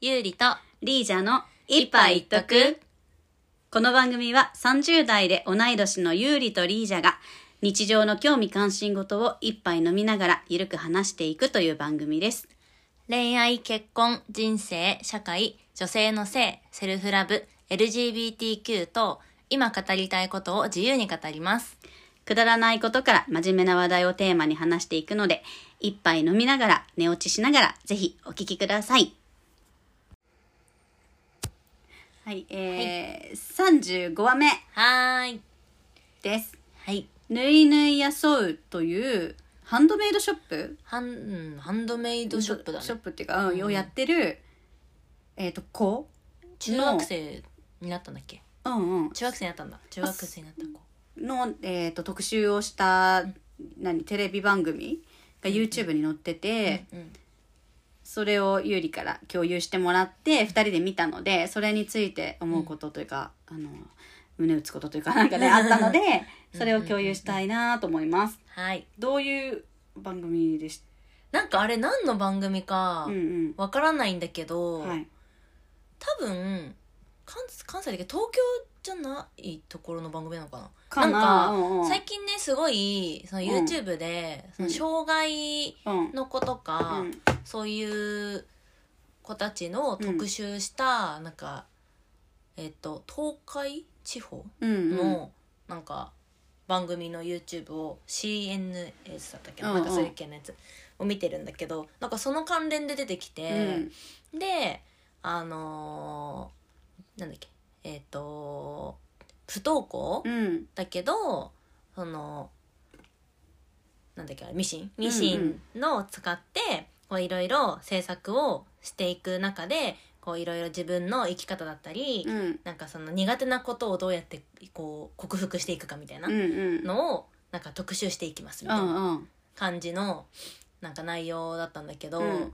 ゆうりとリージャの一杯一徳。この番組は30代で同い年のユーリとリージャが日常の興味関心事を一杯飲みながらゆるく話していくという番組です。恋愛、結婚、人生、社会、女性の性、セルフラブ、LGBTQ と今語りたいことを自由に語ります。くだらないことから真面目な話題をテーマに話していくので、一杯飲みながら寝落ちしながらぜひお聞きください。はい、えー、35話目はーい。です。はい。ぬいぬいやそうというハンドメイドショップハン、うんハンドメイドショップだねショッ。プっていうか、うん、をやってる、えっ、と、子中学生になったんだっけうんうん。中学生になったんだ。中学生になった子。の、えー、と特集をした、何、テレビ番組が YouTube に載ってて、うん。それをゆりから共有してもらって、二人で見たので、それについて思うことというか、あの、胸打つことと いうかなんかね、あったので、それを共有したいなと思います。はい。どういう番組でしなんかあれ何の番組たかうんうん。わからないんだけど、はい。多分関関西だっけ東京じゃないところの番組なのかなかななんか、うんうん最近ねすごいそのん YouTube で、うんその障害うん。の子とか、うんそういう子たちの特集した、なんかえっ、と東海地方うんうんの、なんか番組の YouTube を CNS だったっけな,、うんうんなんかそういう系のやつを見てるんだけどなんかその関連で出てきて、うんであのーなんだっけえっ、と不登校うんだけどそのなんだっけあれミシンミシンのを使ってこういろいろ制作をしていく中でこういろいろ自分の生き方だったり、うんなんかその苦手なことをどうやってこう克服していくかみたいなうんうんのをなんか特集していきますみうたいなんうん感じのなんか内容だったんだけど、うん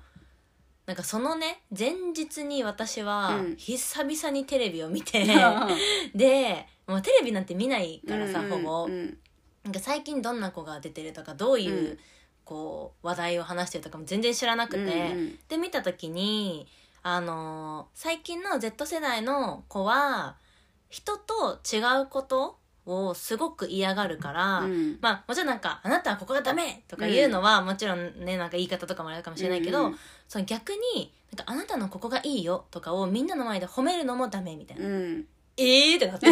なんかそのね前日に私はうん久々にテレビを見て、だでもうテレビなんて見ないからさ、ほぼ、うんなんか最近どんな子が出てるとかどういう、うんこう話題を話してるとかも全然知らなくて、うんで見た時にあのー最近の Z 世代の子は人と違うことをすごく嫌がるから、うんまあもちろんなんか「あなたはここがダメ!」とか言うのは、もちろんねなんか言い方とかもあるかもしれないけど、うんその逆に「なんかあなたのここがいいよ」とかをみんなの前で褒めるのもダメ みたいな「うんえー!」ってな って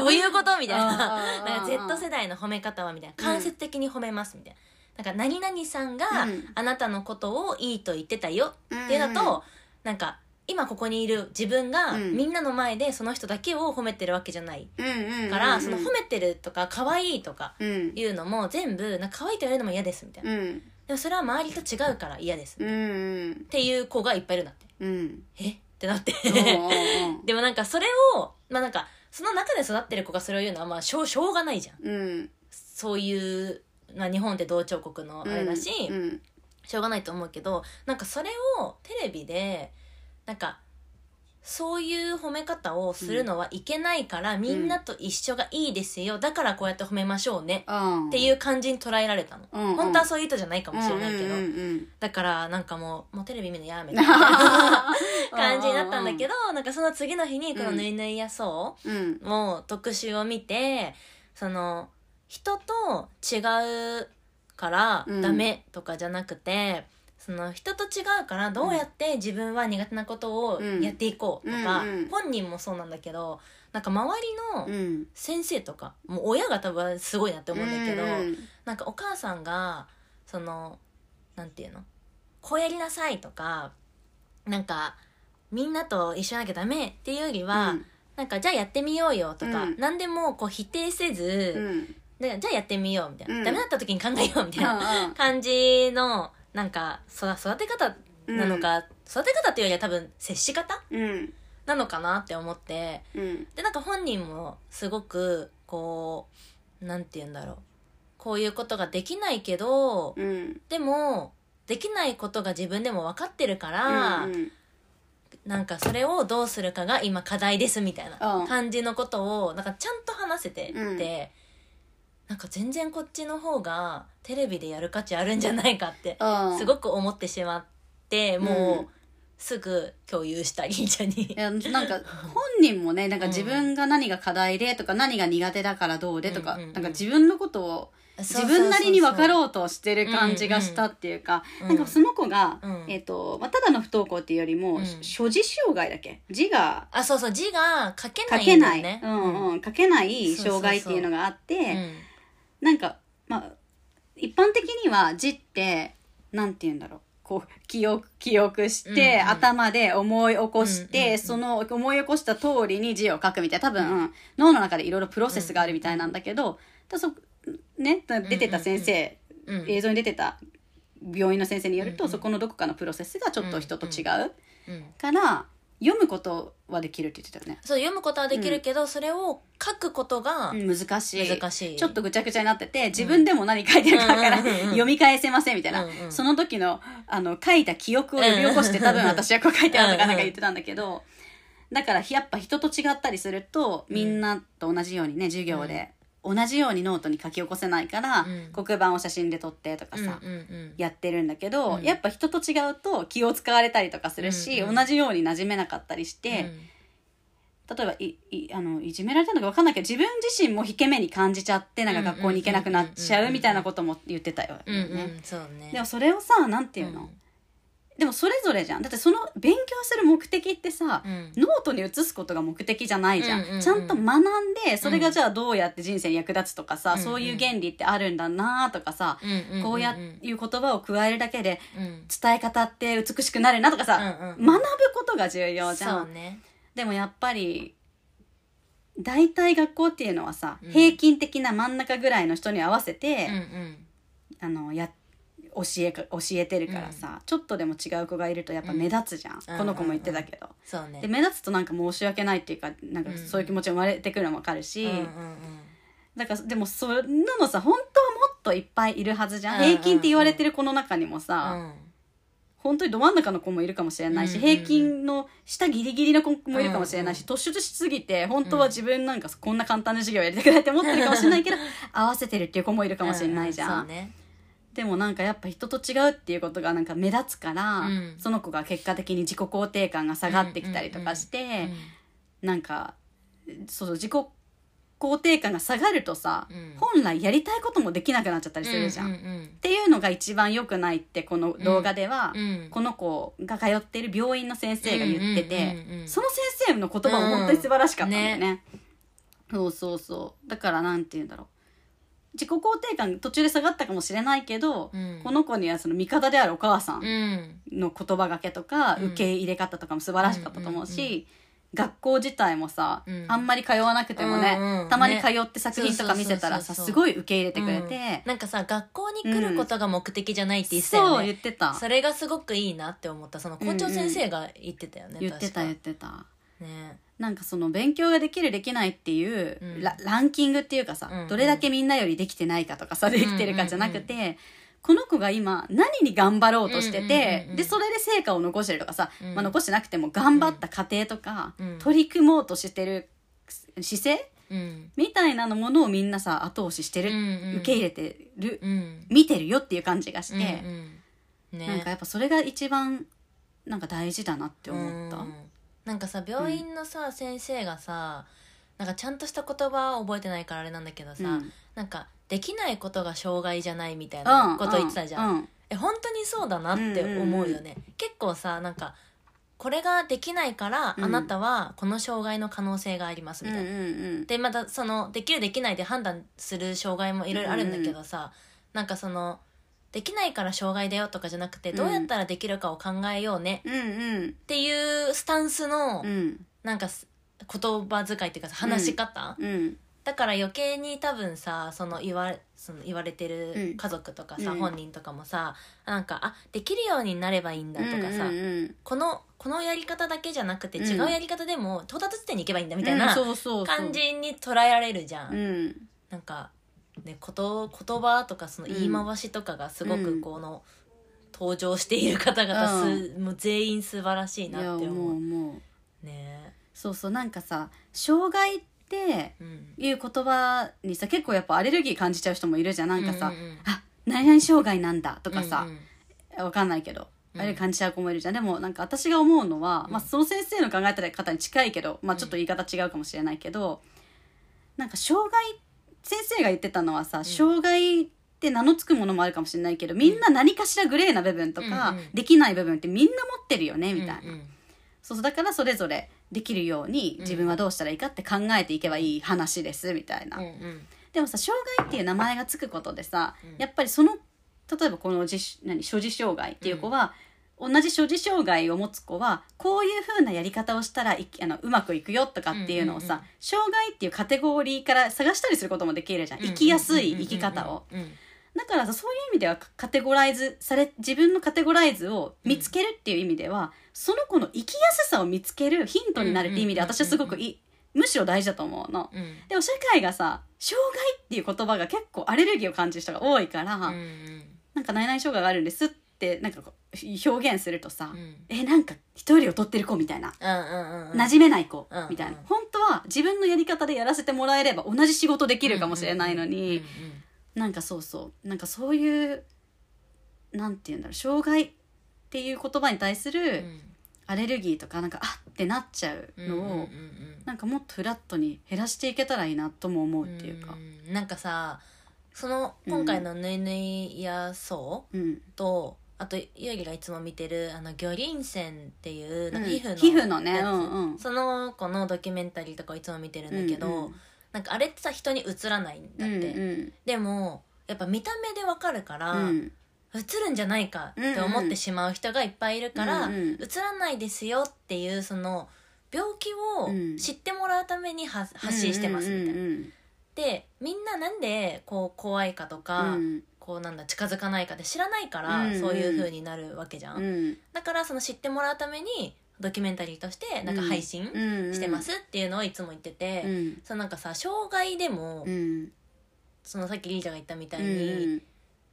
どういうことみたいな。なんか Z 世代の褒め方はみたいな間接的に褒めますみたいな。なんか何々さんがうんあなたのことをいいと言ってたよっていうのと、なんか今ここにいる自分がうんみんなの前でその人だけを褒めてるわけじゃない代から、その褒めてるとか可愛いとかうんいうのも全部なんか可愛いと言われるのも嫌ですみたいな、うんでもそれは周りと違うから嫌ですっうんていう子がいっぱいいるんだって うんえってなってそうう んでもなんかそれをまあなんかその中で育ってる子がそれを言うのはまあしょうしょうがないじゃんうんそういう、まあ、日本って同調国のあれだし、うんしょうがないと思うけどなんかそれをテレビでなんかそういう褒め方をするのはいけないから、みんなと一緒がいいですよだからこうやって褒めましょうねうんっていう感じに捉えられたの、うんうん本当はそういう意図じゃないかもしれないけど、うんうんだからなんかもうもうテレビ見るのやめ うんた感じになったんだけどどなんかその次の日にこの「うんぬいぬいやそう」うんもう特集を見てその人と違うからうんダメとかじゃなくて、その人と違うからどうやって自分は苦手なことをうんやっていこうとか、うんうん本人もそうなんだけどなんか周うりのん先生とかもう親が多分すごいなって思うんだけど、うんなんかお母さんがそのなんていうのこうやりなさいとかなんかみんなと一緒じゃなきゃダメっていうよりは、なんかじゃあやってみようよとか、うん何でもこう否定せうず、んでじゃあやってみようみたいな、うんダメだった時に考えようみたいな感じのなんか育育て方 なのか、育て方っていうよりは多分接し方うんなのかなって思ってうんでなんか本人もすごくこうなんて言うんだろうこういうことができないけど、うんでもできないことが自分でも分かってるから、うんなんかそれをどうするかが今課題ですみたいうんな感じのことをなんかちゃんと話せてて、うんなんか全然こっちの方がテレビでやる価値あるんじゃないかってうんすごく思ってしまってもうすぐ共有したりちゃんにいやなんか本人もねなんか自分が何が課題でとか何が苦手だからどうでとか、うんうんうんなんか自分のことを 自分なりに分かろうとしてる感じがしたっていうか、うんうんなんかその子が、うんえっとまあ、ただの不登校っていうよりも、うん所持障害だっけ字があそうそう字が書け書ないけんだないよねうんうんうん、書けない障害っていうのがあってなんか、まあ、一般的には字ってなんて言うんだろうこう記憶記憶して、うんうん頭で思い起こして、うんうんうんその思い起こした通りに字を書くみたいな多分、うん脳の中でいろいろプロセスがあるみたいなんだけど、だそね、出てた先生、うん映像に出てた病院の先生によると、うんうんそこのどこかのプロセスがちょっと人と違う、うんから読むことはできるって言ってたよね。そう読むことはできるけど、それを書くことがうん難しい難しい、ちょっとぐちゃぐちゃになってて自分でも何書いてるかわからうんうんうんうん読み返せませんみたいな、うんうんその時のあの書いた記憶を呼び起こしてうん多分私はこう書いてあるとうかんなうんんか言ってたんだけどだからやっぱ人と違ったりするとみんなと同じようにね授業で同じようにノートに書き起こせないからうん黒板を写真で撮ってとかさうんうんうんやってるんだけどうんやっぱ人と違うと気を使われたりとかするしうんうん同じように馴染めなかったりして。例えばいいあのいじめられたのか分かんないけど自分自身も引け目に感じちゃってなんか学校に行けなくなっちゃうみたいなことも言ってたよ、ねうん、うんうんそうねでもそれをさなんていうの、でもそれぞれじゃんだってその勉強する目的ってさ、うんノートに移すことが目的じゃないじゃん,、うんうんうんちゃんと学んでそれがじゃあどうやって人生に役立つとかさ、うんそういう原理ってあるんだなとかさ、うんんんんこうやいう言葉を加えるだけでうん伝え方って美しくなるなとかさ、うんうん学ぶことが重要じゃんそうねでもやっぱり大体学校っていうのはさ、うん平均的な真ん中ぐらいの人に合わせてうん、うんあのや教えか教えてるからさ、ちょっとでも違う子がいるとやっぱ目立つじゃん、うんこの子も言ってたけど、そうねで目立つとなんか申し訳ないっていうかなんかそういう気持ちが生まれてくるのもわかるし、うんうんうんだからでもそんなのさ本当はもっといっぱいいるはずじゃん、うんうんうん平均って言われてる子の中にもさ、本当にど真ん中の子もいるかもしれないし、うんうんうん平均の下ギリギリの子もいるかもしれないし、突出しすぎて本当は自分なんかこんな簡単な授業やりたくないって思ってるかもしれないけど合わせてるっていう子もいるかもしれないじゃん、うんうんそうねでもなんかやっぱ人と違うっていうことがなんか目立つから、うんその子が結果的に自己肯定感が下がってきたりとかして、なんかそう自己肯定感が下がるとさ、うん本来やりたいこともできなくなっちゃったりするじゃん。うんんっていうのが一番良くないってこの動画では、うんうんうんこの子が通ってる病院の先生が言ってて、うんうんうんうんその先生の言葉も本当に素晴らしかったんだよね,、うんそうそうそうだからなんて言うんだろう自己肯定感途中で下がったかもしれないけど、うんこの子にはその味方であるお母さうんんの言葉がけとか、うん受け入れ方とかも素晴らしかったと思うし、うんうん学校自体もさ、うんあんまり通わなくてもね、うんうんたまに通って作品とか見せたらさ、ねそうそうそうそうすごい受け入れてくれて、うんなんかさ学校に来ることが目的じゃないって言ってたそよう言ねってたそれがすごくいいなって思ったその校長先生が言ってたよね言ってた言っ確かてた。ねなんかその勉強ができるできないっていう、うんラランキングっていうかさ、うんうんどれだけみんなよりできてないかとかさできてるかじゃなくて、この子が今何に頑張ろうとしうてて、んうんうんうんでそれで成果を残してるとかさ、うんまあ、残してなくても頑張った過程とか、うん取り組もうとしてる姿勢うんみたいなのものをみんなさ後押ししてる、受け入れれてる、うん見てるよっていう感じがして、うんうんねなんかやっぱそれが一番なんか大事だなって思った。うんなんかさ病院のさ、先生がさなんかちゃんとした言葉を覚えてないからあれなんだけどさ、うんなんかできないことが障害じゃないみたいなこと言ってたじゃん、ううえ本当にそうだなって思うよね、うん結構さなんかこれができないから、うんあなたはこの障害の可能性がありますみたいな、うんうんうんでまたそのできるできないで判断する障害もいろいろあるんだけどさ、なんかそのできないから障害だよとかじゃなくて、うんどうやったらできるかを考えようねうんうっんていうスタンスの、うんなんかす言葉遣いっていうかさ話し方、うんだから余計に多分さその言わその言われてうんる家族とかさ、うん本人とかもさなんかあできるようになればいいんだとかさ、うんうんこのこのやり方だけじゃなくてうん違うやり方でも到達地点に行けばいいんだみたいうんなそうそうそう感じに捉えられるじゃん。うんなんか、ね、こと言葉とかその言い回しとかがすごうくんこの、登場している方々す、うもう全員素晴らしいいなやっても思うう。もうねそうそうなんかさ障害ってうん、いう言葉にさ結構やっぱアレルギー感じちゃう人もいるじゃんなんかさ、うんうんうんあ何々障害なんだとかさうん、うんわかんないけどあれ感じちゃう子もいるじゃん、でもなんか私が思うのは、まあ、その先生の考えた方に近いけど、まあ、ちょっと言い方違うかもしれないけど、なんか障害先生が言ってたのはさ、障害って名の付くものもあるかもしれないけどみんな何かしらグレーな部分とか、うんうんできない部分ってみんな持ってるよねみたいな、うんうんそうそうだからそれぞれできるように自分はどうしたらいいかって考えていけばいい話ですみたいな、うんうんでもさ障害っていう名前がつくことでさ、うんやっぱりその例えばこの自主何所持障害っていう子は、同じ所持障害を持つ子はこういうふうなやり方をしたらいあのうまくいくよとかっていうのをさ、うんうんうん障害っていうカテゴリーから探したりすることもできるじゃん生きやすい生き方を。うんだからさそういう意味ではカテゴライズされ自分のカテゴライズを見つけるっていう意味では、その子の生きやすさを見つけるヒントになるっていう意味でうんうんうんうん私はすごくいいむしろ大事だと思うの。うんでも社会がさ障害っていう言葉が結構アレルギーを感じる人が多いから、うんうんなんか内々障害があるんですってなんかこう表現するとさ、うんえなんか人より劣ってる子みたいなうんうんうん馴染めない子うんみたいな、うん本当は自分のやり方でやらせてもらえれば同じ仕事できるかもしれないのに。うんうんなんかそうそうなんかそういうなんて言うんだろう障害っていう言葉に対すうるんアレルギーとかなんかあってなっちゃうのを、うんうんうんなんかもっとフラットに減らしていけたらいいなとも思うっていうか。うんなんかさその今回の「ぬいぬいやそううん」とあとゆうぎがいつも見てる「あの魚鱗線」っていうなんか皮膚の,、皮膚のね、うやつんうん、その子のドキュメンタリーとかをいつも見てるんだけど、うんうんなんかあれってさ人に映らないんだって、うんでもやっぱ見た目でわかるから、うんうん映るんじゃないかって思ってしまう人がいっぱいいるから、うんうん映らないですよっていうその病気うんを知ってもらうためには発信してますみたいな。うんうんでみんななんでこう怖いかとか、うんこうなんだ近づかないかって知らないから、うんうんそういう風になるわけじゃん、うんだからその知ってもらうためにドキュメンタリーとしてなんか配信うんしてますっていうのをいつも言ってて、うんそのなんかさ障害でも、うんそのさっきリーちゃんが言ったみたいに、うん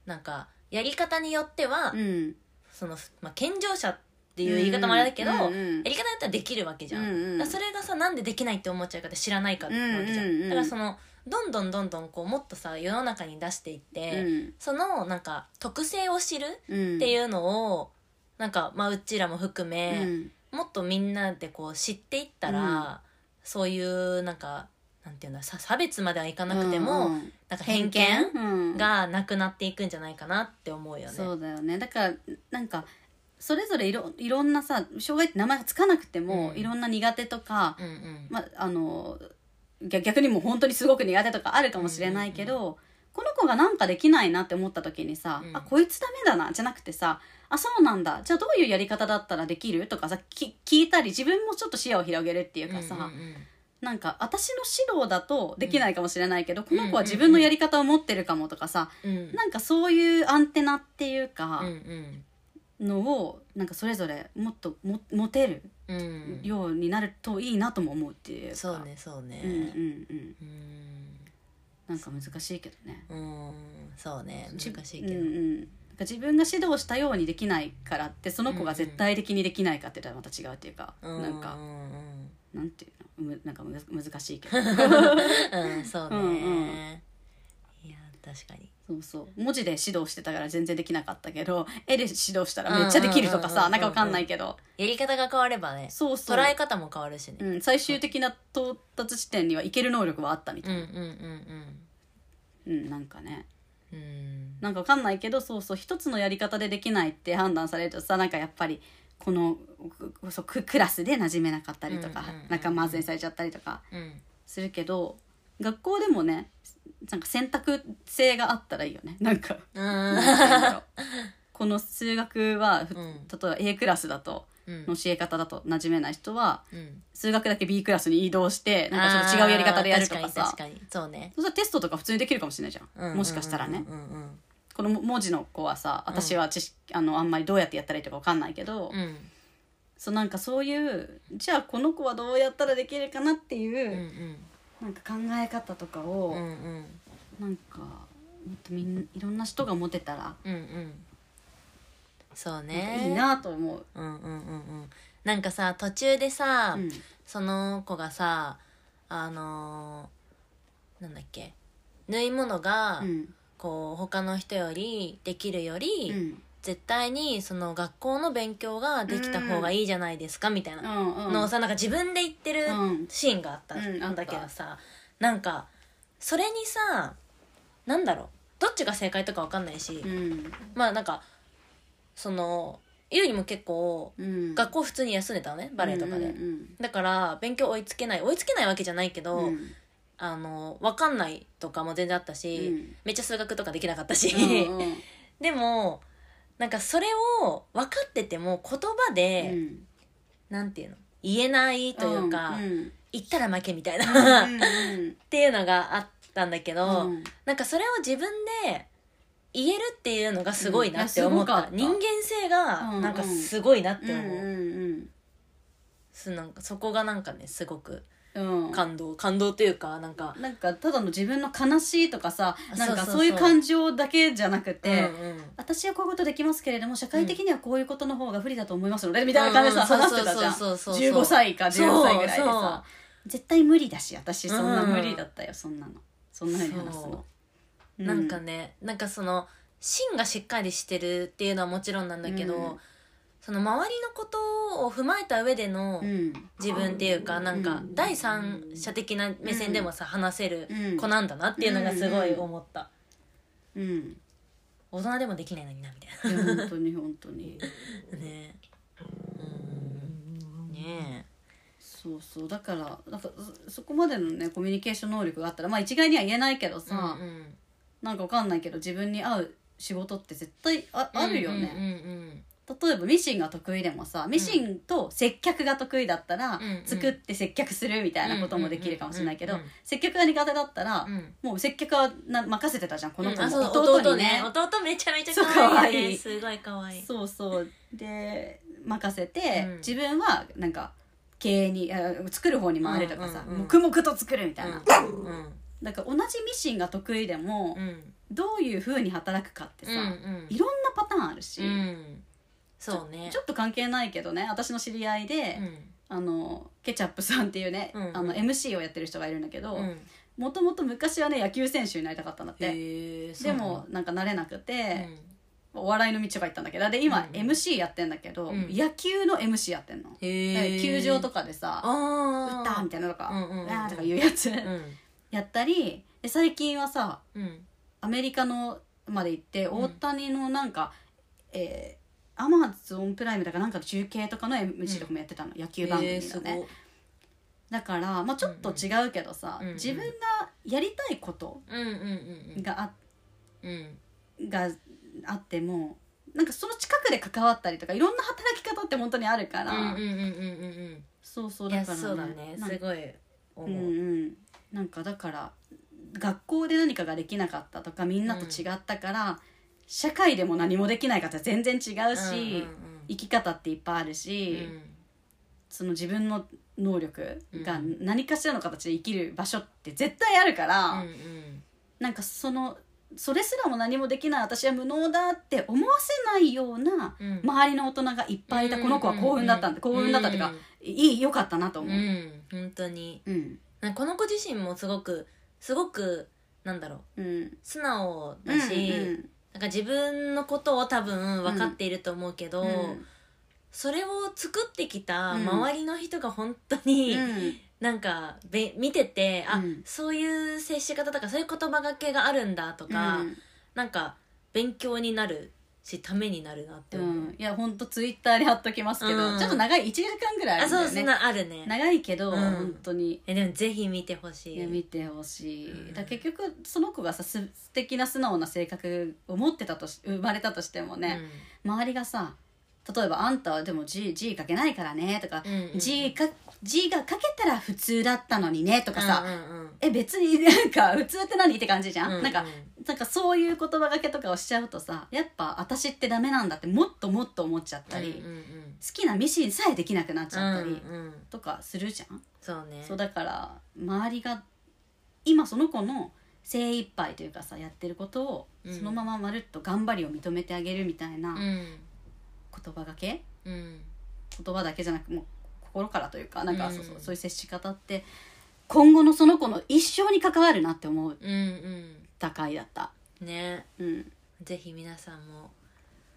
なんかやり方によっては、うんその、まあ、健常者っていう言い方もあれだけど、うんうんやり方だったらできるわけじゃん、うんうんだからそれがさなんでできないって思っちゃうかって知らないかってわけじゃん,、うんうんうんだからそのどんどんどんどんこうもっとさ世の中に出していって、うんそのなんか特性を知るうんっていうのを、なんか、まあ、うちらも含め、うんもっとみんなでこう知っていったら、うんそういうなんかなんていうんださ差別まではいかなくても、うんうんなんか偏見うんがなくなっていくんじゃないかなって思うよね。そうだよねだからなんかそれぞれいろいろんなさ障害って名前がつかなくても、うんいろんな苦手とか、うんうんまあの逆逆にもう本当にすごく苦手とかあるかもしれないけど、この子がなんかできないなって思った時にさ、うんあこいつダメだなじゃなくてさあそうなんだじゃあどういうやり方だったらできるとかさき聞いたり自分もちょっと視野を広げるっていうかさ、うんうんなんか私の指導だとできないかもしれないけど、この子は自分のやり方を持ってるかもとかさ、うんなんかそういうアンテナっていうか、うんのをなんかそれぞれもっとも持てるうんうんようになるといいなとも思うっていうかそうねそうねうんうんうんうんなんか難しいけどねうんそうね難しいうんけうどん、なんか自分が指導したようにできないからってその子が絶対的にできないかって言ったらまた違うっていうか、うんなんかううんなんていうのむなんかむず難しいけ どうんそううんねいや確かにそうそう文字で指導してたから全然できなかったけど絵で指導したらめっちゃできるとかさ、うんうんうんうんなんかわかんないけど、やり方が変わればねそうそう捉え方も変わるしうねん、最終的な到達地点にはいける能力はあったみたうんいうんな、うんなんかねうんうんうんなんかわかんないけどそうそう一つのやり方でできないって判断されるとさなんかやっぱりこのくそうククラスで馴染めなかったりとか、うんうんうん仲間外れにされちゃったりとかうんするけど学校でもねなんか選択性があったらいいよねなん かなんて言うんだろうこの数学は、ふうん例えば A クラスだとうんの教え方だと馴染めない人はうん数学だけ B クラスに移動してなんかちょっと違うやり方でやるとかあーさ確かに確かにそうねそしたらテストとか普通にできるかもしれないじゃん、うんもしかしたらねう、んうんこの文字の子はさ私は知識、あのあんまりどうやってやったらいいとかわかんないけど、うんうんそうなんかそういうじゃあこの子はどうやったらできるかなっていう、うんうんなんか考え方とかうんを、うんなんかもっとみんないろんな人が持てたら、うんうんそうなんねかいいなと思う。うんうんうんうんなんかさ途中でさ、うんその子がさあのーなんだっけ縫い物が、うんこう他の人よりできるより、うん絶対にその学校の勉強ができた方がいいじゃないですかみたいなうんうんのをさなんか自分で言ってるうんシーンがあったうんあったんだけどさなんかそれにさなんだろうどっちが正解とかわかんないしうんまあなんかそのゆうにも結構うん学校普通に休んでたのねバレエとかでうんうんだから勉強追いつけない追いつけないわけじゃないけど、うんあの分かんないとかも全然あったし、うんめっちゃ数学とかできなかったし、うんうんでもなんかそれを分かってても言葉で、うんなんていうの言えないというか、んん言ったら負けみたいうんなっうんていうのがあったんだけど、うんなんか それを自分で言えるっていうのがすごいなって思っうんいた,、やすごかった人間性がなんかすごいなって思う、うんすなんかそこがなんかねすごくうんうん感動感動というかなんかなんかただの自分の悲しいとかさなんそうかそうそうそういう感情だけじゃなくて、うんうん私はこういうことできますけれども社会的にはこういうことの方が不利だと思いますので、みたいな感じでさ、うんうん話してたじゃんそうそうそうそうそう15歳か16歳ぐらいでそうそさ絶対無理だし私そんなうん無理だったよ、そんなのそんなふうに話すのそ、うなんかねなんかその芯がしっかりしてるっていうのはもちろんなんだけど、うんその周りのことを踏まえた上でのうん自分っていうか、なんうかん第三者的な目線でもさ、話せるうん子なんだなっていうのがすごい思った、うん大人でもできないのになみたいいや本当に本当になねうんねそうそうだからなんかそそこまでのねコミュニケーション能力があったらまあ一概には言えないけどえさ、うんうんなんかわかんないけど自分に合う仕事って絶対ああるよね、うんうん例えばミシンが得意でもさミシンと接客が得意だったら、うん作って接客するみたいなこともできるかもしれないけど、うんうんうん接客が苦手だったら、うんうんもう接客はな任せてたじゃんこの子あそうも弟弟ににねね,、弟めちゃめちゃそう可愛い,、ね、可愛いすごい可愛いそうそうで任せて、うん自分はなんか経営にあ作る方に回るとかさ、うんうんうん黙々と作るみたいな、うんうんなんか同じミシンが得意でも、うんどういうふうに働くかってさ、うんうんいろんなパターンあるし、うんそうねちょっと関係ないけどね私の知り合いで、うんあのケチャップさんっていうね、うんあの MC をやってる人がいるんだけどうんもともと昔はね野球選手になりたかったんだってへえでもなんかなれなくうて、んお笑いの道ば行ったんだけどでう今ん MC やってんだけど、うん野球の MC やってんの、だからへえ球場とかかでさ「打あった!」みたたいなのとか「うんうんうんうんわーとかいうやつ、うんやったりで最近はさうんアメリカのまで行ってん大谷のなんか、えーアマゾンプライムだかなんかの中継とかの MC とかもやってたの、野球番組へえのすね、ごだから、まあ、ちょっと違うけどさ、うんうん自分がやりたいことうんうんうんがあうんうんがあってもなんかその近くで関わったりとかいろんな働き方って本当にあるから、うんうんうんうんうんそうそううんいだやからそうだねなんすごい思うんううん、なんかだから学校で何かができなかったとかみんなと違ったから、社会でも何もできない方全然違うし、い生き方っていっぱいあるし、その自分の能力がうん何かしらの形で生きる場所って絶対あるから。うんうんなんかそのそれすらも何もできない私は無能だって思わせないようなうん周りの大人がいっぱいいたこの子は幸運だったんだう幸運だったっていうかいい良かったなとうん思うう。ん本当にうんなんかこの子自身もすごくすごくなんだろううん素直だし、うんなんか自分のことを多分分かっていると思うけど、それを作ってきた周りの人が本当に、なんかべ見てて、うあんそういう接し方とかそういう言葉がけがあるんだとか、うんなんか勉強になるしためになるなってう思う、んいやほんとツイッターに貼っときますけど、うんちょっと長い1時間ぐらいああるんだそうよそんねなあるね長いけど、うん本当にえでもぜひ見てほしいいや見てほしい、うんだから結局その子がさす素敵な素直な性格を持ってたとし生まれたとしてもね、周りがさ例えば「あんたはでも G, G かけないからね」とか、うんうんうん G, か G がかけたら普通だったのにね」ととかさ、うんうんえ別になんか普通って何って感じじゃん、うんなんかなんかそういう言葉がけとかをしちゃうとさやっぱ私ってダメなんだってもっともっと思っちゃったうり、ん好うんうんきなミシンさえできなくなっちゃったりうんうんとかするじゃん、そうねそうだから周りが今その子の精一杯というかさやってることをうんそのまままるっと頑張りを認めてあげるみたいうなん言葉がけ、うん言葉だけじゃなくもう心からというかなんかうんそうそう,、そういう接し方って今後のその子の一生に関わるなって思っうんうた回だった。んねうん、ぜひ皆さんも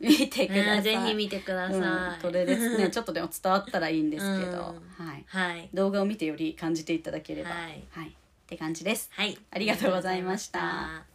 見てください、ねぜひ見てください、うんこれですねちょっとでも伝わったらいいんですけど、うはい、 はい動画を見てより感じていただければはいはい、って感じですはいありがとうございましたありがとうございました